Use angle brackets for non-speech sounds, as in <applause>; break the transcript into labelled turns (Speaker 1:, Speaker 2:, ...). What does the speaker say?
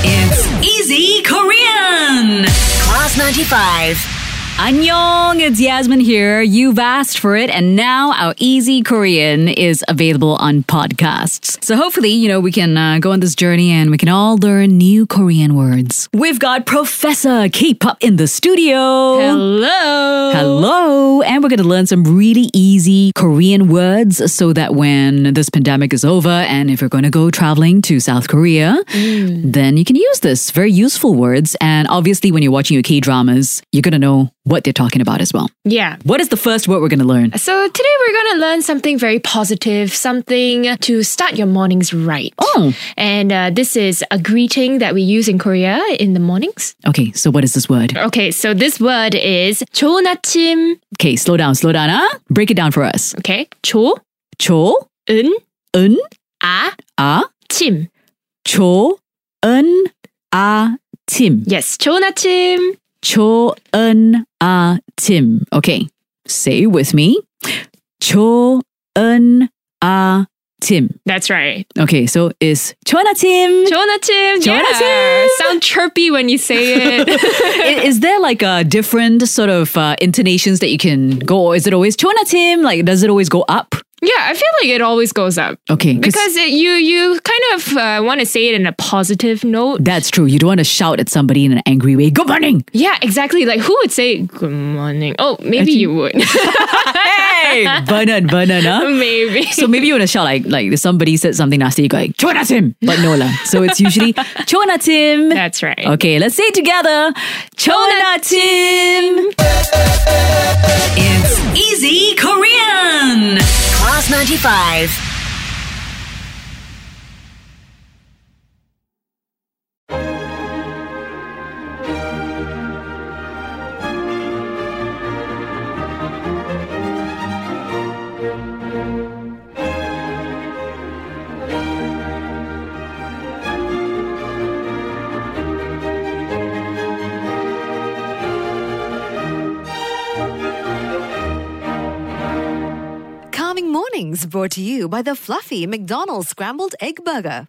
Speaker 1: It's Easy Korean!
Speaker 2: Class 95.
Speaker 1: Annyeong, it's Yasmin here. You've asked for it, and now our Easy Korean is available on podcasts. So hopefully, you know, we can uh, go on this journey and we can all learn new Korean words. We've got Professor K-pop in the studio.
Speaker 3: Hello.
Speaker 1: Hello, and we're going to learn some really easy Korean words so that when this pandemic is over and if you're going to go traveling to South Korea, then you can use this. Very useful words. And obviously, when you're watching your K dramas, you're going to know what they're talking about as well.
Speaker 3: Yeah.
Speaker 1: What is the first word we're going to learn?
Speaker 3: So today we're going to learn something very positive, something to start your mornings right.
Speaker 1: Oh.
Speaker 3: And uh, this is a greeting that we use in Korea in the mornings.
Speaker 1: Okay, so what is this word?
Speaker 3: Okay, so this word is 좋은 아침.
Speaker 1: Okay, slow down, slow down. Huh? Break it down for us.
Speaker 3: Okay, 좋은
Speaker 1: 조, 은,
Speaker 3: 아침.
Speaker 1: 아, 조, 은, 아, 침.
Speaker 3: Yes, 좋은 아침.
Speaker 1: 조은 아침. Okay, say it with me. 조은 아침.
Speaker 3: That's right.
Speaker 1: Okay, so it's 좋은
Speaker 3: <laughs>
Speaker 1: 아침.
Speaker 3: 좋은 아침.
Speaker 1: 좋은 아침.
Speaker 3: Sound chirpy when you say
Speaker 1: <laughs>
Speaker 3: it.
Speaker 1: I- is there like a different sort of uh, intonations that you can go? Or is it always 좋은 아침? Like, does it always go up?
Speaker 3: yeah, I feel like it always goes up.
Speaker 1: Okay,
Speaker 3: Because it, you you kind of uh, want to say it in a positive note.
Speaker 1: that's true. You don't want to shout at somebody in an angry way. Good morning.
Speaker 3: Yeah, exactly. Like who would say good morning? Oh, maybe you would. <laughs>
Speaker 1: Hey, <laughs> Vernon, Vernon, huh?
Speaker 3: maybe.
Speaker 1: So maybe you want to shout like like if somebody said something nasty, you go like 좋은 아침, but no lah. So it's usually 좋은 아침.
Speaker 3: That's right.
Speaker 1: Okay, let's say it together. Chonatim.
Speaker 2: It's
Speaker 1: Easy Korean.
Speaker 2: Class 95.
Speaker 4: Calming Mornings brought to you by the fluffy McDonald's Scrambled Egg Burger.